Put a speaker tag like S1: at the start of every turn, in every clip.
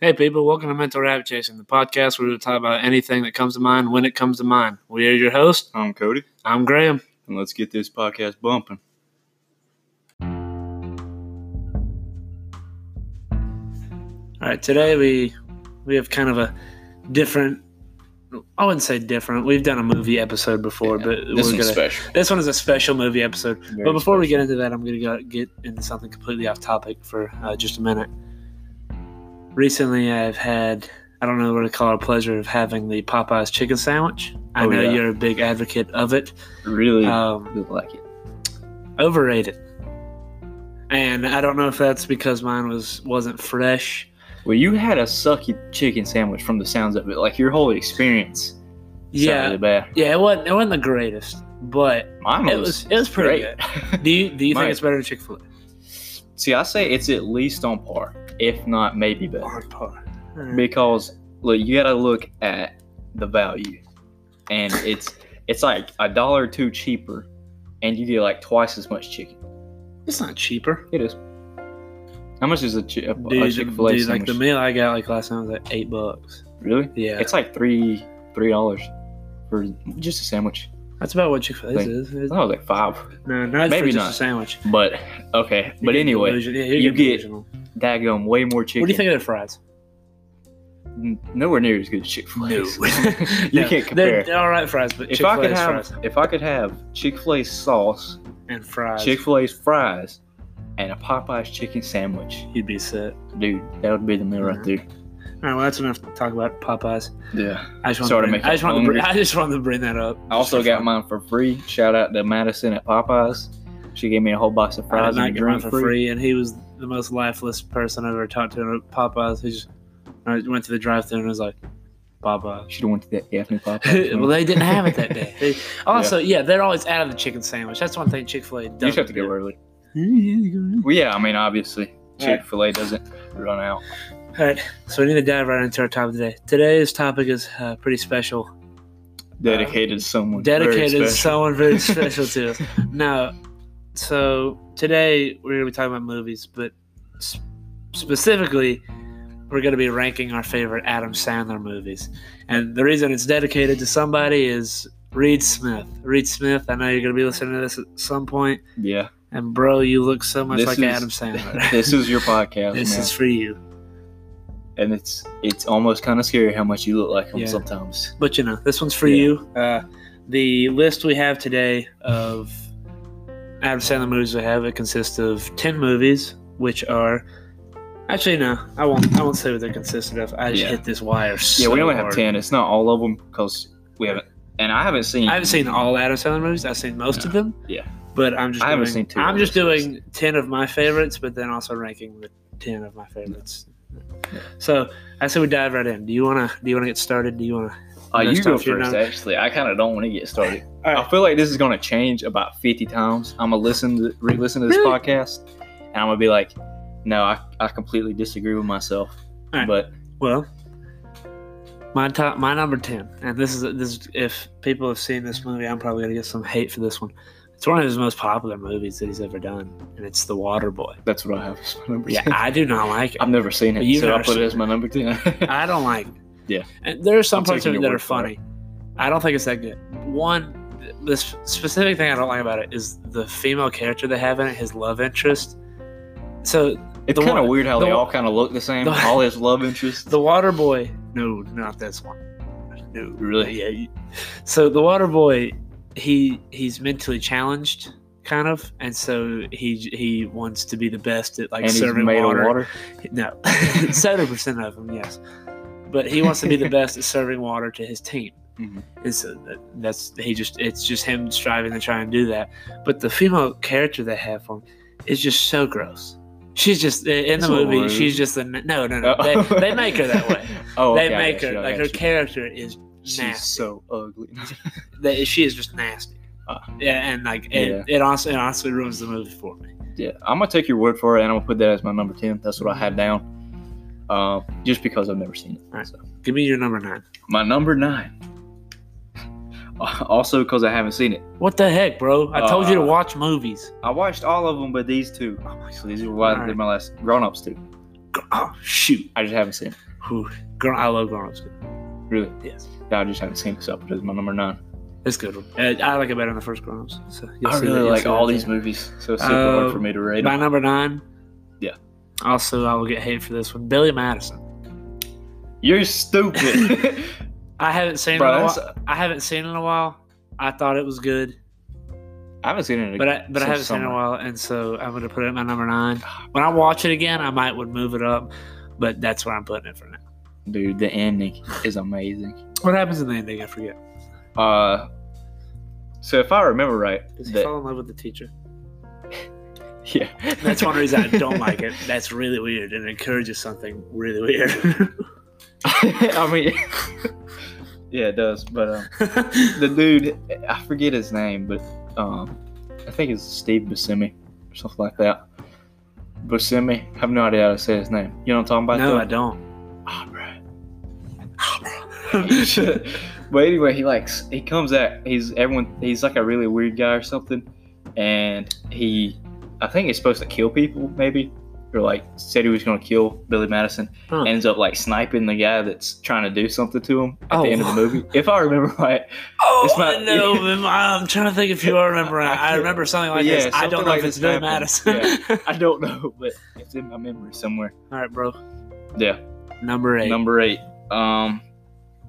S1: Hey, people, welcome to Mental Rabbit Chasing, the podcast where we talk about anything that comes to mind when it comes to mind. We are your host.
S2: I'm Cody,
S1: I'm Graham.
S2: and let's get this podcast bumping.
S1: All right, today we we have kind of a different. I wouldn't say different. We've done a movie episode before, but
S2: This
S1: we're
S2: one's
S1: gonna,
S2: special.
S1: this one is a special movie episode.
S2: Very
S1: but before we get
S2: special.
S1: into that, I'm going to go get into something completely off topic for uh, just a minute. Recently, I've had I don't know what to call it, a pleasure of having the Popeyes chicken sandwich. I
S2: Oh,
S1: know
S2: yeah. Mm.
S1: you're a big advocate of it.
S2: really
S1: Um,
S2: do like it.
S1: overrated, and I don't know if that's because mine was wasn't fresh.
S2: Well, you had a sucky chicken sandwich from the sounds of it. Like your whole experience.
S1: Yeah,
S2: sounded really bad.
S1: yeah, it wasn't it wasn't the greatest, but
S2: Mine
S1: it
S2: was.
S1: was it was pretty
S2: great.
S1: good. Do you do you think
S2: Mine-
S1: it's better than Chick Fil
S2: See, I say it's at least on par, if not maybe
S1: A?
S2: better,
S1: par.
S2: because look, you got to look at the value, and it's it's like a dollar or two cheaper, and you get like twice as much chicken.
S1: It's not cheaper.
S2: It is. How much is a, chi- a,
S1: Dude,
S2: a Chick-fil-A
S1: dude, like
S2: sandwich?
S1: the meal I got like last night was like eight bucks.
S2: really?
S1: Yeah,
S2: It's like three three dollars for just a sandwich.
S1: that's about what Chick Fil A
S2: Like-
S1: is.
S2: I
S1: is-
S2: thought it was like five.
S1: No, not for
S2: Maybe
S1: just a
S2: not.
S1: sandwich.
S2: But okay.
S1: You're
S2: but
S1: getting
S2: anyway,
S1: delusional. yeah, you're
S2: you
S1: getting
S2: get
S1: delusional.
S2: daggum way more chicken.
S1: What do you think of their fries?
S2: N- Nowhere near as good as Chick Fil A.
S1: No,
S2: you can't compare.
S1: They're, they're all right fries, but
S2: if
S1: Chick
S2: I
S1: Fil
S2: could
S1: A's
S2: have,
S1: fries
S2: if I could have Chick Fil A sauce,
S1: and fries,
S2: Chick Fil A's fries, and a Popeyes chicken sandwich,
S1: you'd be set.
S2: dude, that would be the meal right there.
S1: All right, well, that's enough to talk about Popeyes.
S2: Yeah.
S1: I just want
S2: Sorry to
S1: to bring,
S2: make
S1: I just
S2: you
S1: want to bring,
S2: hungry.
S1: I just wanted to bring that up.
S2: I also
S1: Just for
S2: got
S1: fun.
S2: mine for free. Shout out to Madison at Popeyes. She gave me a whole box of
S1: I
S2: fries
S1: did not
S2: and a
S1: get mine
S2: drink
S1: for free, and he was the most lifeless person I've ever talked to at Popeyes. He just I went to the drive-thru and was like, "Popeyes."
S2: Should have went to that Gaffney Popeyes.
S1: well,
S2: man.
S1: they didn't have it that day. They, also, yeah. they're always out of the chicken sandwich. That's one thing Chick Fil A does.
S2: you just have to go early. Well, yeah, I mean, obviously,
S1: Right.
S2: Chick fil A doesn't run out.
S1: All right, so we need to dive right into our topic today. Today's topic is uh, pretty special.
S2: Dedicated to someone. very
S1: dedicated
S2: special.
S1: someone very special to us. Now, so today we're going to be talking about movies, but s- specifically, we're going to be ranking our favorite Adam Sandler movies. And the reason it's dedicated to somebody is Reed Smith. Reed Smith, I know you're going to be listening to this at some point,
S2: Yeah.
S1: and bro, you look so much
S2: This
S1: like
S2: is-
S1: Adam Sandler.
S2: this is your podcast,
S1: This
S2: man.
S1: is for you.
S2: and it's it's almost kind of scary how much you look like him
S1: Yeah.
S2: sometimes.
S1: But you know, this one's for
S2: Yeah.
S1: you. Uh, the list we have today of Adam Sandler movies we have it consists of ten movies, which are actually no, I won't. I won't say what they're consisted of. I just
S2: Yeah.
S1: hit this wire.
S2: Yeah,
S1: so
S2: we only have
S1: hard.
S2: 10. It's not all of them because we haven't. And I haven't seen.
S1: I haven't seen all Adam Sandler movies. I've seen most of them.
S2: Yeah.
S1: but I'm just.
S2: I haven't
S1: doing-
S2: seen two
S1: I'm
S2: of
S1: just
S2: those
S1: doing ten of my favorites, but then also ranking the ten of my favorites.
S2: Yeah.
S1: So I say we dive right in. Do you wanna? Do you wanna get started? Do you wanna?
S2: Uh,
S1: No,
S2: you
S1: stop
S2: go
S1: shooting
S2: first,
S1: on-
S2: actually. I kind of don't want to get started.
S1: All
S2: I feel like this is going to change about 50 times. I'm going to listen to re-listen to this
S1: Really?
S2: podcast, and I'm going to be like, no, I, I completely disagree with myself.
S1: Alright.
S2: But
S1: Well, my top, my number ten, and this is this. Is, if people have seen this movie, I'm probably gonna get some hate for this one. It's one of his most popular movies that he's ever done, and it's The Water Boy.
S2: that's what I have as my number
S1: Yeah,
S2: 10.
S1: I do not like it.
S2: I've never seen it,
S1: You've
S2: so I
S1: never
S2: put
S1: seen
S2: it as my number 10.
S1: I don't like. It.
S2: Yeah.
S1: and there are some
S2: I'm
S1: parts of it
S2: taking your
S1: that are
S2: word for
S1: funny. I don't think it's that good. One, th- the s- specific thing I don't like about it is the female character they have in it, his love interest. So
S2: it's
S1: The
S2: kind of
S1: one-
S2: weird how
S1: the
S2: they
S1: one-
S2: all kind of look the same.
S1: the-
S2: all his love interests.
S1: The Water Boy. No, not this one. No,
S2: Really?
S1: Yeah. you- So the Water Boy, he he's mentally challenged, kind of, and so he he wants to be the best at like
S2: and he's
S1: serving
S2: made
S1: water.
S2: of water.
S1: No, seventy percent of them, yes. But he wants to be the best at serving water to his team.
S2: Mhm.
S1: And so that, that's he just it's just him striving to try and do that. But the female character they have for him is just so gross. She's just in the
S2: That's a little
S1: movie.
S2: rude.
S1: She's just the no, no, no. They, they make her that way
S2: Oh,
S1: they
S2: okay, I
S1: make
S2: got
S1: her
S2: you, I
S1: like her
S2: got you.
S1: character is
S2: She's
S1: nasty.
S2: so ugly.
S1: That she is just nasty.
S2: Uh,
S1: yeah, and like it,
S2: yeah.
S1: it honestly it honestly ruins the movie for me.
S2: Yeah, I'm gonna take your word for it, and I'm gonna put that as my number ten. That's what I had down, uh, just because I've never seen it.
S1: Alright.
S2: So.
S1: Give me your number nine.
S2: My number nine, also because I haven't seen it.
S1: What the heck, bro? I told you to
S2: Uh,
S1: watch movies.
S2: I watched all of them, but these two. Oh my, so these are why
S1: Alright.
S2: they're my last grown-ups two.
S1: Grown oh shoot,
S2: I just haven't seen it.
S1: Whew. Grown, I love Grown Ups.
S2: Really?
S1: Yes,
S2: No, I just haven't seen it, so it is my number nine.
S1: it's a good one. Uh, I like it better than the first Grown Ups. So you'll
S2: I
S1: see that-
S2: really
S1: you'll
S2: like
S1: see
S2: all
S1: that
S2: these
S1: there.
S2: movies, so it's super
S1: Uh,
S2: hard for me to rate
S1: My
S2: them.
S1: number nine.
S2: Yeah.
S1: Also, I will get hate for this one. Billy Madison.
S2: You're stupid,
S1: I haven't seen it. In a
S2: bro.
S1: while.
S2: That's,
S1: I haven't seen it in a while. I thought it was good,
S2: I haven't seen it, in
S1: but I, but I
S2: since
S1: haven't seen it in a
S2: summer.
S1: while, and so I'm gonna put it at my number nine. When I watch it again, I might would move it up, but that's where I'm putting it for now.
S2: dude. The ending is amazing.
S1: What happens in the ending? I forget.
S2: Uh, so if I remember right,
S1: Does he
S2: the-
S1: fall in love with the teacher?
S2: yeah,
S1: That's one reason I don't like it. That's really weird and encourages something really weird.
S2: I mean, yeah, it does. But um, the dude, I forget his name, but um, I think it's Steve Buscemi or something like that. Buscemi, I have no idea how to say his name. You know what I'm talking about?
S1: no,
S2: though?
S1: I don't.
S2: Ah, bruh. but anyway, he likes he comes at he's everyone he's like a really weird guy or something, and he I think he's supposed to kill people maybe or like said he was gonna kill Billy Madison.
S1: Huh.
S2: Ends up like sniping the guy that's trying to do something to him at
S1: Oh.
S2: the end of the movie. If I remember right,
S1: Oh,
S2: It's not-
S1: I know. man. I'm trying to think if you are remembering.
S2: I
S1: I,
S2: can't-
S1: remember something like
S2: Yeah,
S1: this. I
S2: something
S1: don't know
S2: like
S1: if it's
S2: this
S1: Billy
S2: happened.
S1: Madison.
S2: I don't know, but it's in my memory somewhere.
S1: All right, bro.
S2: Yeah,
S1: Number eight.
S2: number eight. Um,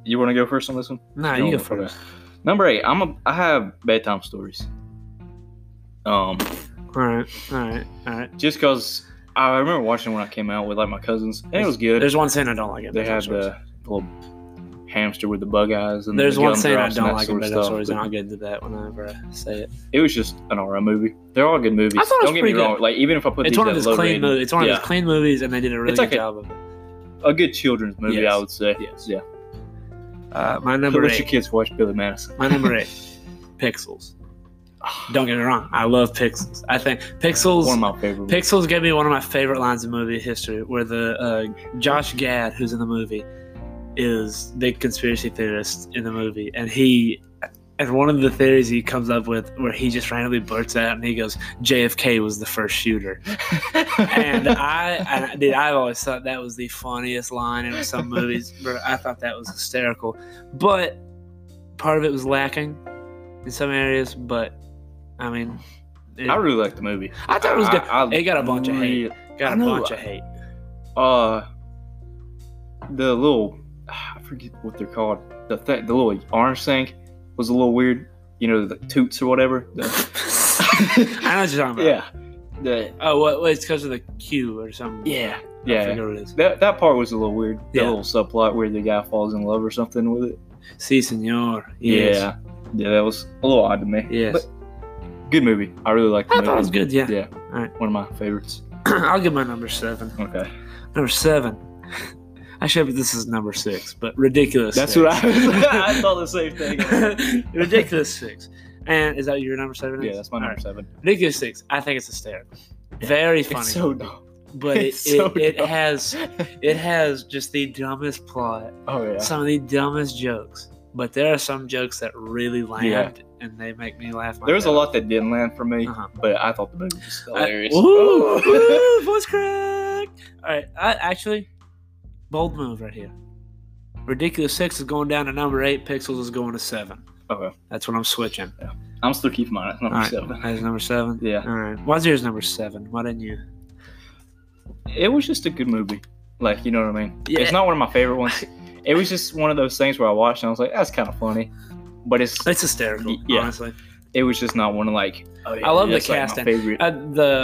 S2: you want to go first on this one?
S1: nah,
S2: No,
S1: you go
S2: no, no.
S1: first.
S2: Number eight. I'm a. I have bedtime stories.
S1: All
S2: Um,
S1: right, all right, all right.
S2: just cause I remember watching when I came out with like my cousins, and it was good.
S1: There's one scene I don't like. in
S2: they
S1: Bedtime
S2: had
S1: Stories.
S2: the little hamster with the bug eyes, and
S1: There's
S2: the
S1: one scene I
S2: gumdrops and
S1: don't
S2: that
S1: like in
S2: sort of
S1: Bedtime
S2: stuff,
S1: Stories,
S2: but
S1: and I'll get into that whenever I say it.
S2: It was just an alright movie. They're all good movies.
S1: I thought it was
S2: don't get me
S1: pretty
S2: wrong.
S1: good.
S2: Like even if I put
S1: It's
S2: these
S1: one of
S2: at
S1: his
S2: low
S1: clean
S2: rating,
S1: movies. It's one of
S2: yeah,
S1: his clean movies, and they did a really
S2: It's
S1: good
S2: like a-
S1: job of it.
S2: a good children's movie,
S1: Yes.
S2: I would say.
S1: Yes.
S2: Yeah.
S1: Uh, my
S2: Number
S1: number
S2: let your
S1: eight.
S2: kids watch Billy Madison.
S1: My number eight. Pixels. Don't get me wrong. I love Pixels. I think Pixels.
S2: One of my favorite. ones.
S1: Pixels gave me one of my favorite lines in movie history, where the uh, Josh Gad, who's in the movie, is the conspiracy theorist in the movie, and he, and one of the theories he comes up with, where he just randomly blurts out, and he goes, "JFK was the first shooter," and I, and I- dude, I've always thought that was the funniest line in some movies. Bro, I thought that was hysterical, but part of it was lacking in some areas. But I mean, it-
S2: I really liked the movie.
S1: I thought it was good.
S2: I- I
S1: It got a bunch of hate.
S2: really-
S1: Got
S2: I
S1: a
S2: know.
S1: bunch of hate.
S2: Uh, the little I forget what they're called. The th- the little orange thing was a little weird. You know, the toots or whatever. The-
S1: I know what you're talking about.
S2: yeah, the
S1: Oh, well, well, it's because of the Q or something.
S2: yeah
S1: I
S2: yeah.
S1: forget what it is.
S2: That that part was a little weird. The
S1: Yeah.
S2: little subplot where the guy falls in love or something with it.
S1: Si, senor. Yes.
S2: Yeah, yeah, that was a little odd to me.
S1: Yes.
S2: But good movie. I really liked the
S1: I
S2: movie.
S1: thought it was good. Yeah.
S2: Yeah,
S1: Alright.
S2: one of my favorites.
S1: I'll give my number seven.
S2: Okay,
S1: Number seven. I should have, this is number six, but ridiculous.
S2: that's
S1: six.
S2: what I. I thought the same thing.
S1: ridiculous six. And is that your number seven?
S2: Yeah,
S1: is?
S2: that's my number
S1: Alright.
S2: seven.
S1: Ridiculous six. I think it's hysterical. Very funny.
S2: It's so dumb.
S1: but it,
S2: it's so
S1: it, it
S2: dumb.
S1: has it has just the dumbest plot
S2: Oh yeah.
S1: some of the dumbest jokes, but there are some jokes that really land and they make me laugh. my
S2: There was a
S1: head
S2: lot that didn't land for me,
S1: uh, Uh-huh.
S2: but I thought the movie was
S1: off.
S2: hilarious. Oh.
S1: I, woo, woo, voice crack. All right, I, actually, bold move right here. Ridiculous six is going down to number eight. Pixels is going to seven.
S2: okay,
S1: That's what I'm switching.
S2: I'm still keeping mine at number
S1: All right,
S2: seven.
S1: that's number seven.
S2: Yeah,
S1: All right, why's yours number seven? Why didn't you?
S2: it was just a good movie. Like you know what I mean?
S1: Yeah.
S2: It's not one of my favorite ones. it was just one of those things where I watched and I was like, that's kind of funny, but it's
S1: It's hysterical,
S2: Yeah.
S1: honestly.
S2: it was just not one of like. Oh, yeah,
S1: I love the
S2: that's, like, my
S1: casting.
S2: favorite.
S1: Uh, the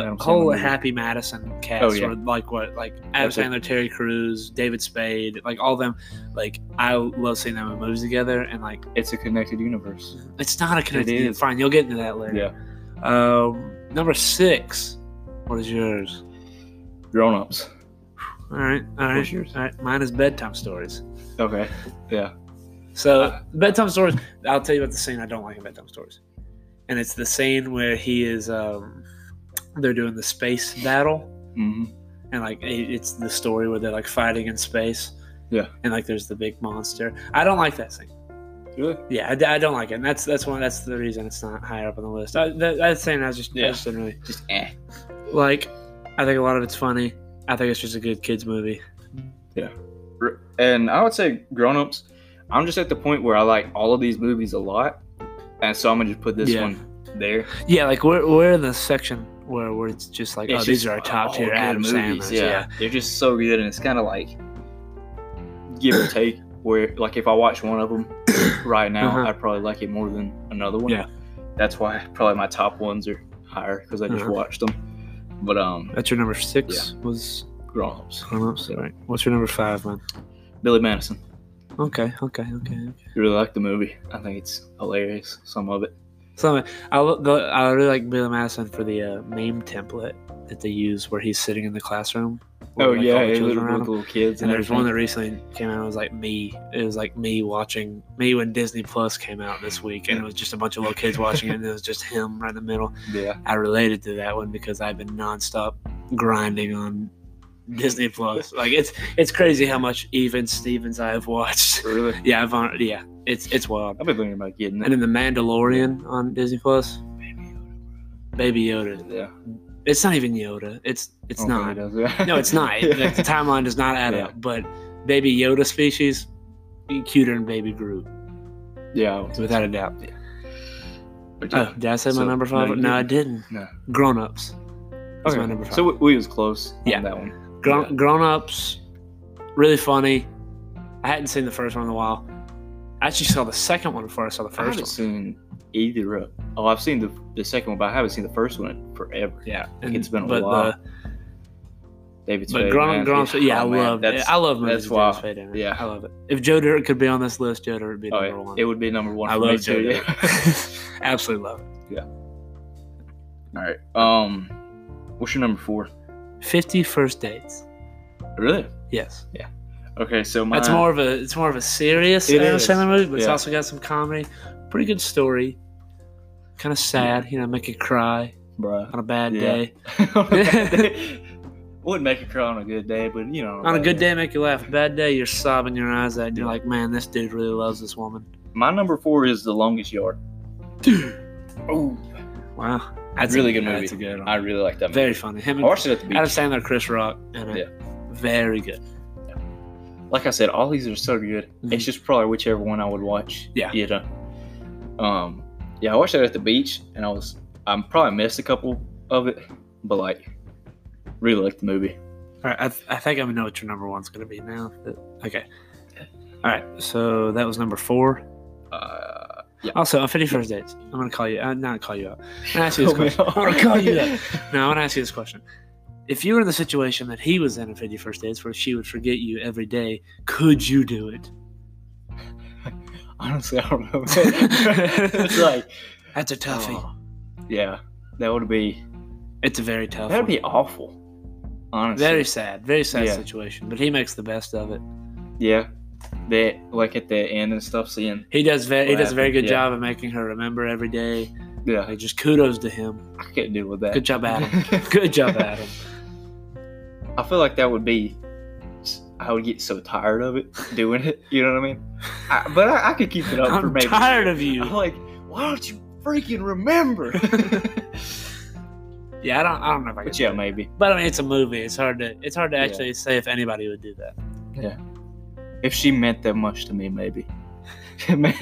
S2: Adam Sandler
S1: whole
S2: movie.
S1: Happy Madison cast,
S2: Oh, yeah.
S1: were like what, like Adam
S2: That's it.
S1: Sandler, Terry Crews, David Spade, like all them. Like I love seeing them in movies together, and like
S2: it's a connected universe.
S1: it's not a connected.
S2: is.
S1: Fine, you'll get into that later.
S2: Yeah,
S1: Um, number six. What is yours?
S2: grown ups.
S1: All right, all
S2: What's
S1: right,
S2: yours?
S1: all right. Mine is bedtime stories.
S2: Okay. Yeah.
S1: So
S2: Uh,
S1: bedtime stories. I'll tell you about the scene I don't like in bedtime stories, and it's the scene where he is. Um, they're doing the space battle.
S2: hmm
S1: and like it- it's the story where they're like fighting in space.
S2: Yeah.
S1: And like there's the big monster. I don't like that scene.
S2: Really?
S1: Yeah, I, d- I don't like it. And that's that's one that's the reason it's not higher up on the list. I, that, that scene I was just, I
S2: Yeah.
S1: just didn't really
S2: Just eh.
S1: like. I think a lot of it's funny. I think it's just a good kids movie.
S2: R- And I would say grown ups, I'm just at the point where I like all of these movies a lot. And so I'm going to just put this
S1: Yeah.
S2: one there.
S1: Yeah, like we're we're in the section where where it's just like,
S2: It's
S1: oh, these
S2: just
S1: are our top
S2: all
S1: tier
S2: good
S1: Adam Sandler's. Yeah.
S2: they're just so good, and it's kind of like give or take. Where like if I watch one of them right now,
S1: Uh-huh.
S2: I'd probably like it more than another one.
S1: Yeah.
S2: that's why probably my top ones are higher because I just
S1: Uh-huh.
S2: watched them. But um,
S1: That's your number six was
S2: grown-ups.
S1: grown ups. Right. What's your number five, man?
S2: Billy Madison.
S1: Okay, okay, okay. okay.
S2: You really like the movie. I think it's hilarious. Some of it.
S1: So I lo- the, I really like Billy Madison for the uh, meme template that they use where he's sitting in the classroom. with,
S2: Oh,
S1: like, all the
S2: it
S1: children
S2: was
S1: around him.
S2: with little kids.
S1: And there's one that
S2: everything.
S1: recently came out. It was like me. It was like me watching me when Disney Plus came out this week, and it was just a bunch of little kids watching it, and it was just him right in the middle.
S2: yeah,
S1: I related to that one because I've been nonstop grinding on Disney Plus. Like it's it's crazy how much even Stevens I have watched.
S2: really.
S1: Yeah, I've on, yeah, it's it's wild.
S2: I've been thinking about getting
S1: And
S2: it.
S1: then The Mandalorian on Disney Plus. Baby Yoda.
S2: Yeah,
S1: It's not even Yoda. It's it's
S2: I
S1: not.
S2: don't think it does.
S1: No, it's not.
S2: Yeah.
S1: Like, the timeline does not add
S2: Yeah.
S1: up. But baby Yoda species, cuter than baby Groot,
S2: yeah, I would say
S1: without a doubt.
S2: so. But yeah.
S1: Oh, did I say
S2: So,
S1: Oh, my number
S2: no,
S1: five?
S2: you
S1: No, I didn't.
S2: No.
S1: Grown ups. That's my
S2: Okay,
S1: number five.
S2: So we, we was close
S1: Yeah.
S2: on that one.
S1: Grown,
S2: yeah.
S1: grown ups, really funny. I hadn't seen the first one in a while. I actually saw the second one before I saw the
S2: I haven't
S1: first one.
S2: seen either of. Oh, I've seen the the second one, but I haven't seen the first one in forever.
S1: Yeah,
S2: it's been a
S1: but
S2: while.
S1: The,
S2: David
S1: but
S2: Spade,
S1: grown,
S2: man.
S1: grown ups, yeah, I
S2: Oh, man,
S1: love it.
S2: that's-
S1: I love movies.
S2: that's
S1: with
S2: why-
S1: James Spader in it.
S2: yeah.
S1: I love it. If Joe Dirt could be on this list, Joe Dirt would be
S2: Oh,
S1: number
S2: yeah,
S1: one.
S2: it would be number one.
S1: I
S2: for me
S1: love Joe
S2: too,
S1: Dirt.
S2: yeah.
S1: Absolutely love it.
S2: All right. Um, what's your number four?
S1: Fifty first dates.
S2: Really?
S1: Yes.
S2: Okay, so my
S1: That's more of a it's more of a serious
S2: It
S1: Adam
S2: is.
S1: Sandler movie, but it's
S2: Yeah.
S1: also got some comedy, pretty good story, kind of sad, you know, make you cry
S2: Bruh.
S1: on a bad
S2: Yeah.
S1: day.
S2: Wouldn't make it cry on a good day, but you know.
S1: On a
S2: bad
S1: good
S2: day.
S1: day, make you laugh. Bad day, you're sobbing your eyes out. and You're like, man, this dude really loves this woman.
S2: My number four is the longest yard. Oh,
S1: Wow,
S2: Really good movie.
S1: That's a good one.
S2: I really like that.
S1: Very funny. Him and
S2: movie. I watched it at the beach.
S1: Adam Sandler, Chris Rock, and it. very good.
S2: like I said, all these are so good.
S1: Mhm.
S2: It's just probably whichever one I would watch.
S1: Yeah.
S2: You know. Um, yeah, I watched that at the beach, and I was I probably missed a couple of it, but like really liked the movie.
S1: All right, I, th- I think I know what your number one's gonna be now. Okay. All right, so that was number four.
S2: Uh,
S1: Also, on Fifty First Dates, I'm gonna call you. Uh, not call you out. I'm gonna ask you this question. I'm gonna call you that. Now, I want to ask you this question. If you were in the situation that he was in on 51st Dates, where she would forget you every day, could you do it?
S2: Honestly, I don't know. it's like
S1: That's a toughie.
S2: oh, yeah, that would be
S1: it's a very tough.
S2: that'd
S1: one.
S2: be awful. Honestly,
S1: very sad, very sad
S2: Yeah.
S1: situation. But he makes the best of it.
S2: yeah. That like at the end and stuff, seeing
S1: He does very, he does a very good
S2: Yeah.
S1: job of making her remember every day.
S2: yeah,
S1: Like, just kudos to him.
S2: I can't deal with that.
S1: Good job, Adam. Good job, Adam.
S2: I feel like that would be. I would get so tired of it doing it. You know what I mean? I, but I, I could keep it up for
S1: I'm
S2: maybe.
S1: tired of
S2: I'm
S1: you.
S2: like, why don't you freaking remember?
S1: Yeah, I don't, I don't know if I could.
S2: but yeah,
S1: do it.
S2: maybe
S1: But I mean, it's a movie. It's hard to, it's hard to
S2: Yeah.
S1: actually say if anybody would do that.
S2: if she meant that much to me, maybe, maybe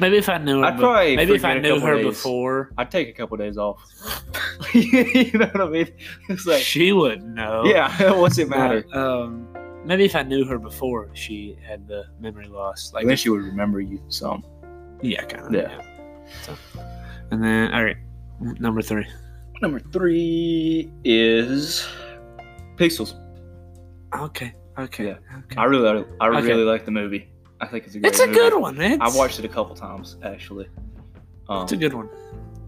S1: Maybe if I knew her,
S2: I'd
S1: be-
S2: probably
S1: maybe if I
S2: forget a
S1: knew
S2: couple
S1: her
S2: days.
S1: before.
S2: I'd take a couple days off. you know what I mean? It's like,
S1: she wouldn't know.
S2: yeah, what's it matter?
S1: But, um, maybe if I knew her before she had the memory loss, like
S2: Like, then she would remember you. So
S1: yeah, kind of.
S2: Yeah.
S1: So, and then all right, n- number three.
S2: number three is pixels.
S1: Okay. Okay. Okay.
S2: I really, I
S1: Okay.
S2: really like the movie. I think it's a. Great
S1: it's a
S2: movie.
S1: good one. It's,
S2: I watched it a couple times actually. Um,
S1: It's a good one.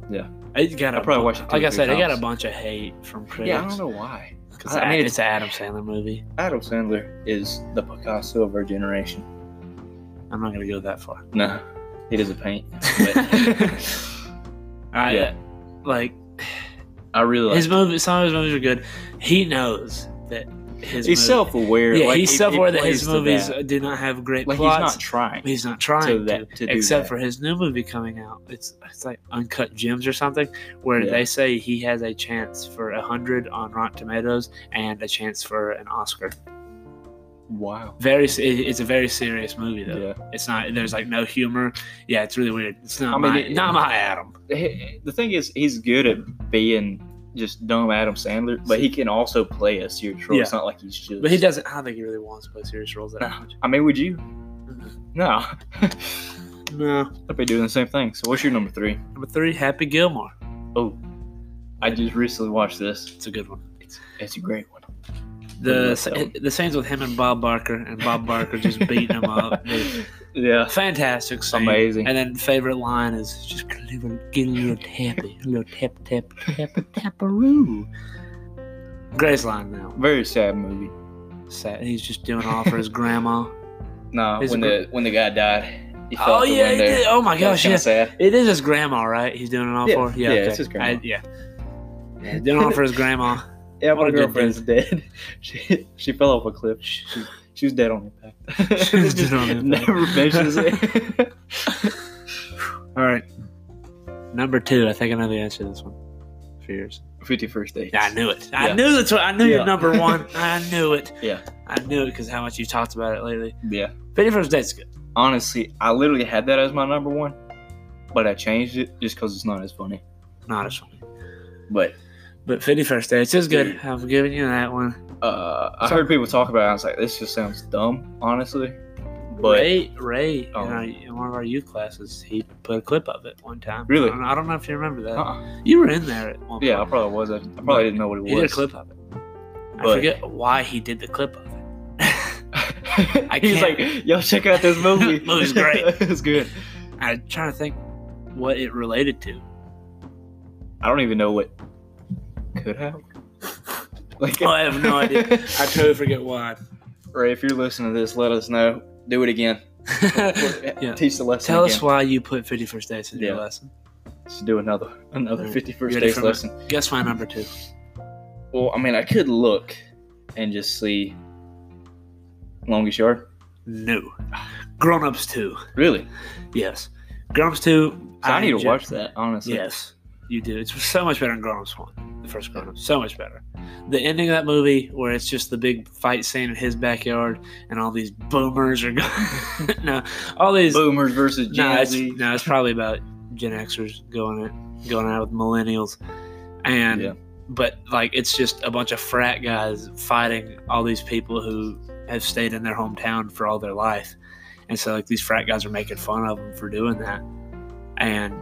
S2: Yeah.
S1: It got
S2: I
S1: a
S2: probably
S1: bu-
S2: watched it two
S1: Like
S2: or
S1: I
S2: three
S1: said, it got a
S2: times.
S1: bunch of hate from critics.
S2: yeah, I don't know why.
S1: 'cause
S2: I- I
S1: a-
S2: mean,
S1: it's an Adam Sandler movie.
S2: Adam Sandler is the Picasso of our generation.
S1: I'm not gonna go that far.
S2: No, he doesn't paint.
S1: I,
S2: Yeah.
S1: Like
S2: I really like.
S1: His movies, some of his movies are good. He knows that his movie-
S2: he's self aware.
S1: Yeah,
S2: like,
S1: he's
S2: it- it
S1: self-aware that
S2: plays
S1: his
S2: to
S1: movies
S2: that.
S1: do not have great
S2: like
S1: plots.
S2: he's not trying.
S1: He's not trying
S2: to
S1: to,
S2: that- to do
S1: except
S2: that.
S1: for his new movie coming out. It's it's like Uncut Gems or something, where
S2: Yeah.
S1: they say he has a chance for a hundred on Rotten Tomatoes and a chance for an Oscar.
S2: wow.
S1: Very, se- it- it's a very serious movie though.
S2: Yeah.
S1: It's not. There's like no humor. Yeah, it's really weird. It's not
S2: I mean,
S1: my
S2: it-
S1: not my Adam.
S2: He- The thing is, he's good at being just dumb Adam Sandler, but he can also play a serious role. It's not like he's just.
S1: But he doesn't. I don't think he really wants to play serious roles that much.
S2: I mean, would you?
S1: Mm-hmm.
S2: No,
S1: No.
S2: I'd be doing the same thing. So, what's your number three?
S1: Number three, Happy Gilmore.
S2: Oh, I just recently watched this.
S1: It's a good one.
S2: It's a great one.
S1: The
S2: Really like
S1: the scenes with him and Bob Barker and Bob Barker just beating him up. dude.
S2: Yeah.
S1: Fantastic scene.
S2: Amazing.
S1: And then favorite line is just get a little, get a little tappy, a little tap tap tap taparoo. Greatest line now.
S2: Very sad movie.
S1: Sad. He's just doing all for his grandma.
S2: No,
S1: It's
S2: when
S1: a
S2: the when the guy died, he fell
S1: oh
S2: out the
S1: yeah, he
S2: window.
S1: did. Oh my
S2: That was
S1: gosh,
S2: kinda
S1: yes.
S2: sad.
S1: It is his grandma, right? He's doing it all
S2: Yeah.
S1: for. Yeah,
S2: Yeah,
S1: okay.
S2: it's his grandma.
S1: I- yeah. yeah, doing it all for his grandma.
S2: Yeah,
S1: What
S2: my
S1: a good
S2: girlfriend's dead. She she fell off a cliff. She, she was dead on impact.
S1: She was dead on impact.
S2: Never mentions it.
S1: All right. Number two. I think I know the answer to this one. For yours.
S2: Fifty first dates.
S1: Yeah, I knew it. I
S2: Yeah.
S1: knew that's what I knew.
S2: Yeah.
S1: Your number one. I knew it.
S2: Yeah.
S1: I knew it because how much you talked about it lately.
S2: Yeah.
S1: Fifty First Date's good.
S2: Honestly, I literally had that as my number one, but I changed it just because it's not as funny.
S1: Not as funny.
S2: But
S1: But 51st Dates is good.
S2: Dude.
S1: I'm giving you that one.
S2: uh, I
S1: So-
S2: heard people talk about it. I was like, this just sounds dumb, honestly. But
S1: Ray, Ray,
S2: Oh.
S1: in, our, in one of our youth classes, he put a clip of it one time.
S2: Really?
S1: I don't, I don't know if you remember that.
S2: uh-uh.
S1: You were in there at one
S2: yeah, I
S1: point.
S2: probably was. I, I probably didn't know what it was.
S1: He did a clip of it. I
S2: But-
S1: forget why he did the clip of it. I
S2: He's
S1: can't-
S2: like, yo, check out this movie.
S1: Movie's great.
S2: it's good.
S1: I'm trying to think what it related to.
S2: I don't even know what could have. Like,
S1: Oh, I have no idea. I totally forget why.
S2: Ray, if you're listening to this, let us know. Do it again.
S1: Yeah.
S2: Teach the lesson.
S1: Tell
S2: again.
S1: us why you put 51st Dates in your
S2: Yeah.
S1: lesson.
S2: Let's do another another
S1: Alright.
S2: 51st
S1: Ready
S2: days
S1: for my-
S2: lesson.
S1: Guess my number two.
S2: Well, I mean, I could look and just see longest yard.
S1: No. Grown Ups 2.
S2: Really? So
S1: Yes. Grown Ups 2.
S2: I, need to
S1: enjoy-
S2: watch that. Honestly.
S1: Yes, you do. It's so much better than Grown Ups One, the first Grown Ups. So much better. The ending of that movie, where it's just the big fight scene in his backyard, and all these boomers are going. no, all these.
S2: Boomers versus Gen
S1: no, it's,
S2: Z.
S1: no, it's probably about Gen Xers going it, going out with millennials, and
S2: Yeah.
S1: but like it's just a bunch of frat guys fighting all these people who have stayed in their hometown for all their life, and so like these frat guys are making fun of them for doing that, and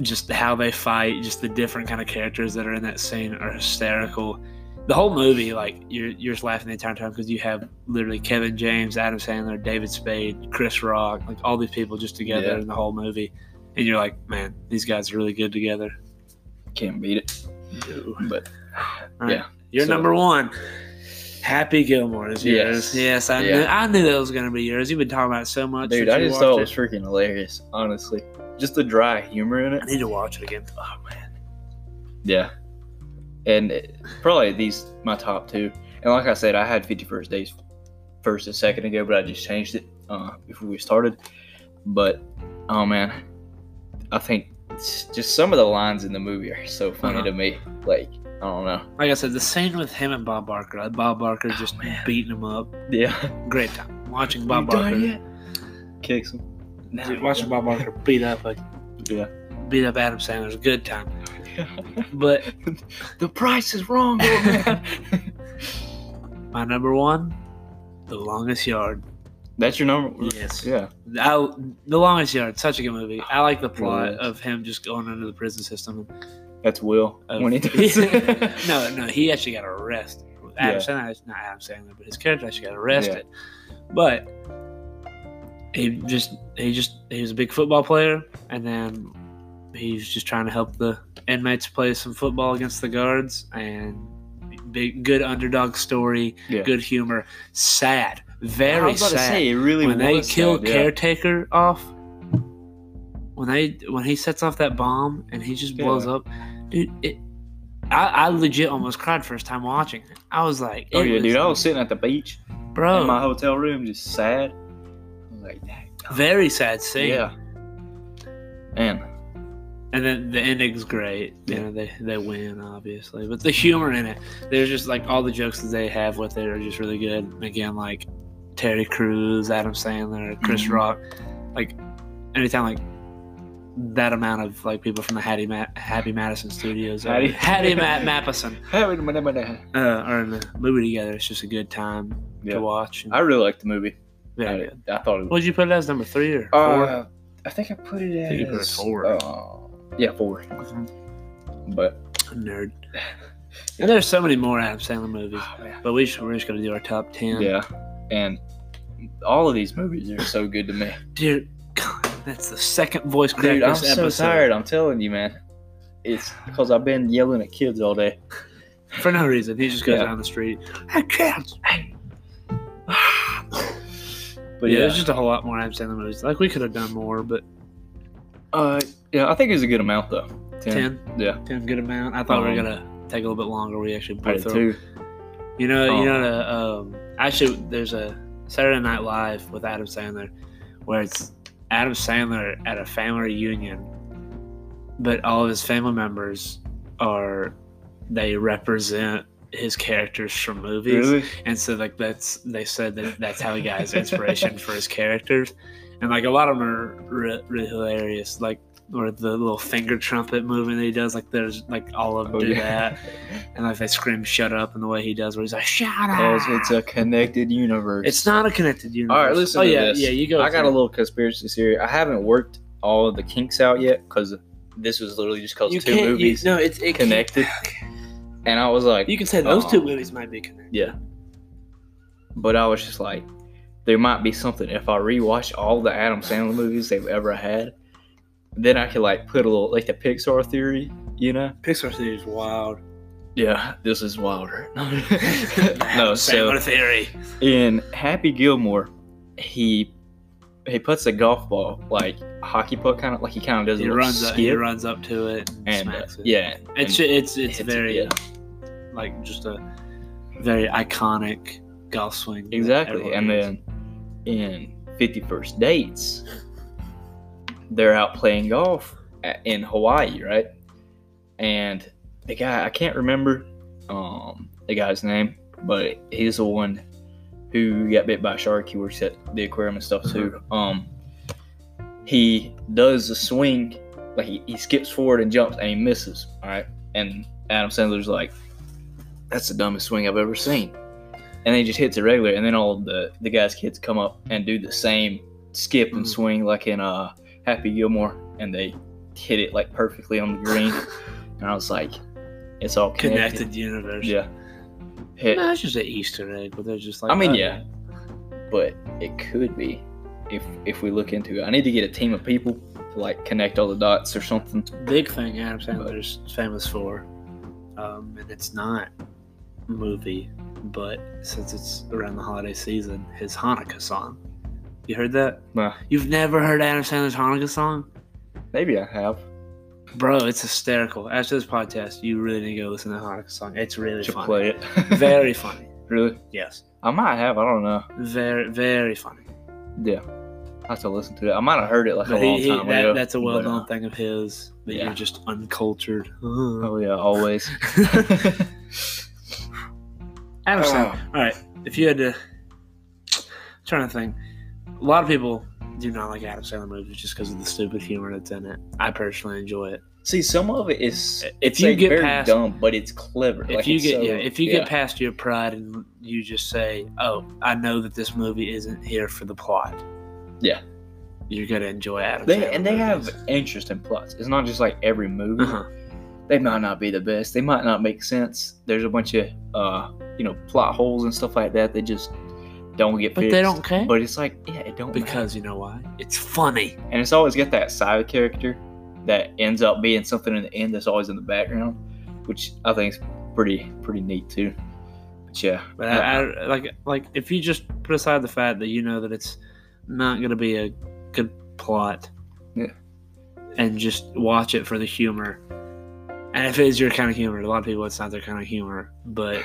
S1: just how they fight, just the different kind of characters that are in that scene are hysterical. The whole movie, like you're you're just laughing the entire time because you have literally Kevin James, Adam Sandler, David Spade, Chris Rock, like all these people just together
S2: Yeah.
S1: in the whole movie, and you're like, man, these guys are really good together.
S2: Can't beat it. But Yeah,
S1: You're
S2: so-
S1: number one. Happy Gilmore is
S2: Yes.
S1: yours. Yes, I
S2: Yeah.
S1: knew I knew that was gonna be yours. You've been talking about it so much.
S2: dude,
S1: since
S2: I
S1: you
S2: just thought it was
S1: watched
S2: freaking hilarious. Honestly, just the dry humor in
S1: I
S2: it.
S1: need to watch it again. Oh man.
S2: Yeah, and it- probably these my top two. And like I said, I had 51st days first and second ago, but I just changed it uh, before we started. But oh man, I think it's just some of the lines in the movie are so funny
S1: Uh-huh.
S2: to me. Like I don't know.
S1: Like I said, the scene with him and Bob Barker, like Bob Barker just beating him up.
S2: Yeah,
S1: Great time. Watching
S2: Oh, You
S1: Bob
S2: done
S1: Barker.
S2: yet? kicks him. Now
S1: Dude,
S2: you
S1: watching
S2: done.
S1: Bob Barker beat up like
S2: Yeah.
S1: beat up Adam Sandler's good time. But
S2: the price is wrong, old man.
S1: my number one, The Longest Yard.
S2: That's your number.
S1: Yes.
S2: Yeah.
S1: I, the Longest Yard, such a good movie. I like the plot
S2: Yes.
S1: of him just going into the prison system.
S2: That's Will.
S1: Of-
S2: when he does it.
S1: no, no, he actually got arrested. Adam
S2: Yeah.
S1: Sandler, not Adam Sandler, but his character actually got arrested. But he just, he just, he was a big football player, and then he was just trying to help the inmates play some football against the guards, and big, good underdog story,
S2: Yeah.
S1: good humor, sad,
S2: I
S1: very
S2: was about
S1: sad
S2: to say it really
S1: when they
S2: was
S1: kill
S2: sad, yeah.
S1: caretaker off when they when he sets off that bomb and he just blows up dude it I, I legit almost cried first time watching it. I was like,
S2: Oh
S1: it
S2: yeah,
S1: was- Oh.
S2: dude. I was sitting at the beach in my
S1: bro,
S2: hotel room, just sad. I was like, dang.
S1: very sad scene.
S2: Yeah. Man,
S1: And then the ending's great. You
S2: Yeah.
S1: know, they, they win, obviously. But the humor in it, there's just like all the jokes that they have with it are just really good. And again, like Terry Crews, Adam Sandler, Chris
S2: Mhm.
S1: Rock. Like, anytime like that amount of like people from the Hattie Ma- Happy Madison Studios, or
S2: Hattie-
S1: Hattie Matt Mappison,
S2: Hey, wait a minute, wait a minute.
S1: uh, are in the movie together. It's just a good time
S2: Yeah.
S1: to watch. And
S2: I really liked the movie.
S1: very
S2: I,
S1: good.
S2: I thought it was.
S1: What'd you put it as number three or four?
S2: Uh, I think I put it
S1: think you put it
S2: as-
S1: forward.
S2: uh, yeah, four. But
S1: nerd. And there's so many more Adam Sandler movies.
S2: oh, man.
S1: But we should, we're just gonna do our top ten.
S2: yeah, and all of these movies are so good to me.
S1: dude, God, that's the second voice crack
S2: Dude, I'm
S1: this
S2: so
S1: episode.
S2: tired. I'm telling you, man. It's because I've been yelling at kids all day.
S1: For no reason, he just goes
S2: Yeah.
S1: down the street. I can't.
S2: But
S1: But yeah,
S2: yeah,
S1: there's just a whole lot more Adam Sandler movies. Like we could have done more, but
S2: uh, yeah, I think it was a good amount though.
S1: ten,
S2: Yeah,
S1: ten good amount. I thought we were
S2: Um,
S1: gonna take a little bit longer. We actually both
S2: I did
S1: through.
S2: too.
S1: You know, you
S2: Um,
S1: know, the, um, actually, there's a Saturday Night Live with Adam Sandler, where it's Adam Sandler at a family reunion, but all of his family members are they represent his characters from movies,
S2: Really?
S1: and so like that's they said that that's how he got his inspiration for his characters, and like a lot of them are re- really hilarious, like. Or the little finger trumpet movement that he does, like there's like all of them
S2: Oh,
S1: do that,
S2: yeah.
S1: and like they scream "shut up" and the way he does, where he's like "shut up."
S2: Because Oh, it's a connected universe.
S1: It's not a connected universe.
S2: All right, listen
S1: Oh
S2: to
S1: yeah,
S2: this.
S1: yeah. You go.
S2: I got
S1: through.
S2: a little conspiracy theory. I haven't worked all of the kinks out yet because this was literally just because
S1: You
S2: two
S1: can't. You,
S2: movies
S1: no, it's it can't-
S2: connected, and I was like,
S1: You can say those two
S2: Oh.
S1: movies might be connected.
S2: yeah. But I was just like, there might be something if I rewatch all the Adam Sandler movies they've ever had. Then I could like put a little like the Pixar theory, you know?
S1: Pixar theory is wild.
S2: Yeah, this is wilder. no,
S1: Adam
S2: so
S1: Sandler theory.
S2: in Happy Gilmore, he he puts a golf ball like a hockey puck kind of like he kind of does a
S1: He
S2: little
S1: runs. Up,
S2: skip
S1: he runs up to it and,
S2: and uh,
S1: smacks it.
S2: yeah,
S1: it's
S2: and
S1: it's it's
S2: hits it,
S1: very
S2: yeah.
S1: like just a very iconic golf swing. that
S2: exactly.
S1: everyone
S2: And
S1: knows.
S2: then in Fifty First Dates, they're out playing golf at, in Hawaii, right? And the guy I can't remember um the guy's name, but he's the one who got bit by a shark. He works at the aquarium and stuff too. Um, he does a swing, like he, he skips forward and jumps, and he misses. All right, and Adam Sandler's like, "That's the dumbest swing I've ever seen," and then he just hits it regular, and then all the the guys' kids come up and do the same skip and
S1: Mhm.
S2: swing like in uh Happy Gilmore, and they hit it like perfectly on the green, and I was like, "It's all connected."
S1: connected universe.
S2: Yeah. Hit,
S1: No, it's just an Easter egg, but they're just like.
S2: I mean,
S1: oh,
S2: yeah, but it could be if if we look into it. I need to get a team of people to like connect all the dots or something.
S1: big thing Adam Sandler's famous for, um, and it's not movie, but since it's around the holiday season, his Hanukkah song. You heard that?
S2: Nah,
S1: You've never heard Adam Sandler's Hanukkah song,
S2: maybe I have.
S1: bro? It's hysterical. After this podcast, you really need to go listen to the Hanukkah song. It's really
S2: Should
S1: funny.
S2: play it.
S1: very funny.
S2: really,
S1: Yes,
S2: I might have. I don't know.
S1: very very funny.
S2: Yeah, I have to listen to it. I might have heard it like a
S1: But he-
S2: long
S1: he-
S2: time
S1: that-
S2: ago.
S1: that's a
S2: but, uh,
S1: well known thing of his. But
S2: yeah.
S1: you're just uncultured.
S2: Oh yeah, always.
S1: Adam
S2: Oh.
S1: Sandler. All right, if you had to, I'm trying to think, a lot of people do not like Adam Sandler movies just because of the stupid humor that's in it. I personally enjoy it.
S2: See, some of it is
S1: If
S2: it's
S1: you
S2: like
S1: get
S2: very
S1: past-
S2: dumb, but it's clever.
S1: If
S2: Like,
S1: you
S2: it's
S1: get
S2: so-
S1: yeah, if you
S2: yeah.
S1: get past your pride and you just say, "Oh, I know that this movie isn't here for the plot."
S2: Yeah.
S1: you're gonna enjoy Adam.
S2: They,
S1: Sandler
S2: and they have
S1: movies.
S2: interesting plots. It's not just like every movie.
S1: Uh-huh.
S2: they might not be the best. They might not make sense. There's a bunch of uh, you know, plot holes and stuff like that. They just don't get
S1: But
S2: fixed.
S1: they don't care.
S2: But it's like, yeah, it don't matter.
S1: because you know why? It's funny.
S2: and it's always got that side character that ends up being something in the end that's always in the background, which I think is pretty pretty neat too. But yeah,
S1: But I, I like like if you just put aside the fact that you know that it's not going to be a good plot,
S2: Yeah.
S1: and just watch it for the humor, And if it is your kind of humor, a lot of people it's not their kind of humor, but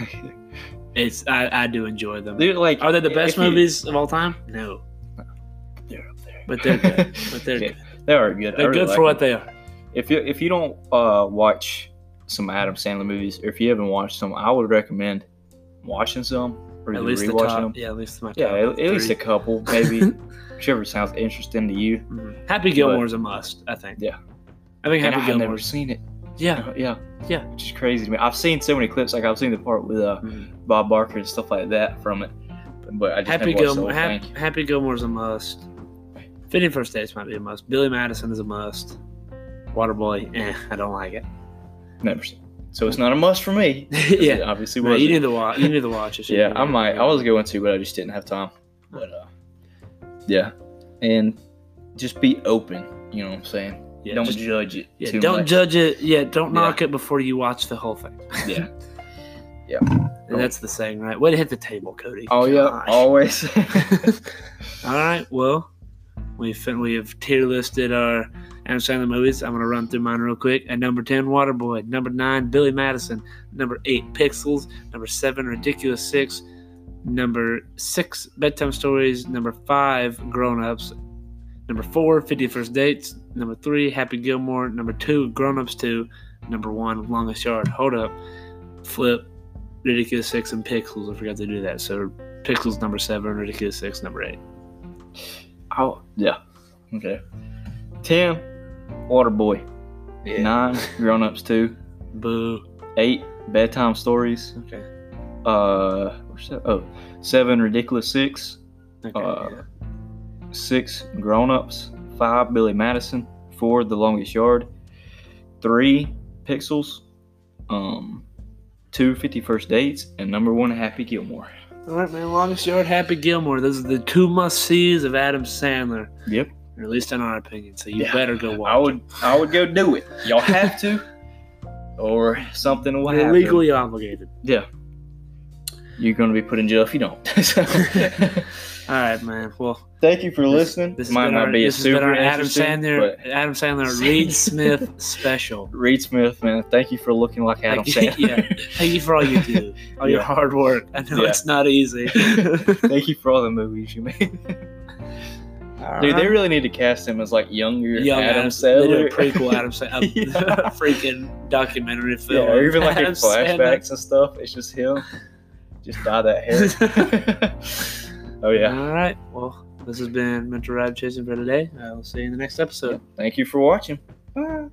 S1: it's I, I do enjoy them.
S2: They're like,
S1: Are they the best
S2: if you-
S1: movies of all time? No,
S2: They're up there.
S1: but they're good. But they're
S2: Yeah,
S1: good.
S2: they are good. I
S1: They're
S2: really
S1: good
S2: like
S1: for what
S2: them.
S1: they are.
S2: If you if you don't uh, watch some Adam Sandler movies, or if you haven't watched some, I would recommend watching some or
S1: At
S2: even
S1: least the
S2: rewatching
S1: top.
S2: them.
S1: Yeah, at least my top.
S2: Yeah, at, at least
S1: three.
S2: a couple, maybe. Whichever sounds interesting to you.
S1: Mhm. Happy Gilmore's a must, I think.
S2: Yeah.
S1: I think
S2: And
S1: Happy
S2: I've never
S1: Gilmore's.
S2: seen it. Uh,
S1: Yeah.
S2: Yeah,
S1: Yeah.
S2: Which is crazy to me. I've seen so many clips. Like I've seen the part with uh,
S1: Mhm.
S2: Bob Barker and stuff like that from it. But I just
S1: Happy
S2: never watched the
S1: Gilmore.
S2: whole
S1: Happy,
S2: thing.
S1: Happy Gilmore's a must. Fitting First Dates might be a must. Billy Madison is a must. Waterboy, eh, I don't like it.
S2: Never seen. it. So it's not a must for me.
S1: yeah.
S2: It obviously
S1: No,
S2: was.
S1: you need to watch. You need to watch it.
S2: Yeah, I might. I was going to, but I just didn't have time. But uh, yeah, and just be open. You know what I'm saying?
S1: Yeah,
S2: don't
S1: just-
S2: judge it.
S1: yeah,
S2: too
S1: don't
S2: much.
S1: judge it. Yeah, don't
S2: Yeah.
S1: knock it before you watch the whole thing.
S2: Yeah.
S1: And that's the saying, right? Way to hit the table, Cody.
S2: Oh yeah.
S1: Gosh.
S2: Always.
S1: All right. Well, we fin- we have tier listed our Adam Sandler movies. I'm gonna run through mine real quick. At number ten, Waterboy. Number nine, Billy Madison. Number eight, Pixels. Number seven, Ridiculous Six. Number six, Bedtime Stories. Number five, Grown Ups. Number four, 50 First Dates. Number three, Happy Gilmore. Number two, Grown Ups Two. Number one, Longest Yard. Hold up, Flip, Ridiculous Six, and Pixels. I forgot to do that. So Pixels number seven, Ridiculous Six number eight.
S2: Oh yeah. Okay. Ten, Waterboy. Nine, Grown Ups Two.
S1: Boo.
S2: Eight, Bedtime Stories.
S1: Okay.
S2: Uh, where's that? oh, seven, Ridiculous Six.
S1: Okay.
S2: Uh,
S1: yeah.
S2: Six, Grown Ups. Five, Billy Madison. Four, The Longest Yard. Three, Pixels. Um, two, 50 First Dates, and number one, Happy Gilmore.
S1: All right, man. Longest Yard, Happy Gilmore. Those are the two must sees of Adam Sandler,
S2: Yep.
S1: or at least in our opinion. So you
S2: Yeah.
S1: better go watch.
S2: I would, I would go do it. Y'all have to, or something will
S1: it. You're
S2: happen.
S1: legally obligated.
S2: Yeah. You're gonna be put in jail if you don't. So-
S1: All right, man. Well,
S2: Thank you for listening.
S1: this has
S2: Might
S1: been
S2: not
S1: our,
S2: be a
S1: this has been
S2: super
S1: our Adam
S2: interesting,
S1: Sandler,
S2: but-
S1: Adam Sandler, Reed Smith special.
S2: Reed Smith, man, thank you for looking like Adam
S1: Thank you-
S2: Sandler.
S1: Thank you for all you do, all your
S2: Yeah.
S1: hard work. I know
S2: Yeah.
S1: it's not easy.
S2: Thank you for all the movies you made. Dude, they really need to cast him as like younger
S1: Young
S2: Adam
S1: Adam They do a
S2: Sandler.
S1: prequel Adam Sandler.
S2: Yeah.
S1: A freaking documentary
S2: yeah,
S1: film.
S2: or even like in
S1: Adam Sandler.
S2: flashbacks and stuff. It's just him. Just dye that hair. oh yeah.
S1: All right. Well, this has been Mental Ride Chasing for today. I'll see you in the next episode.
S2: Thank you for watching. Bye.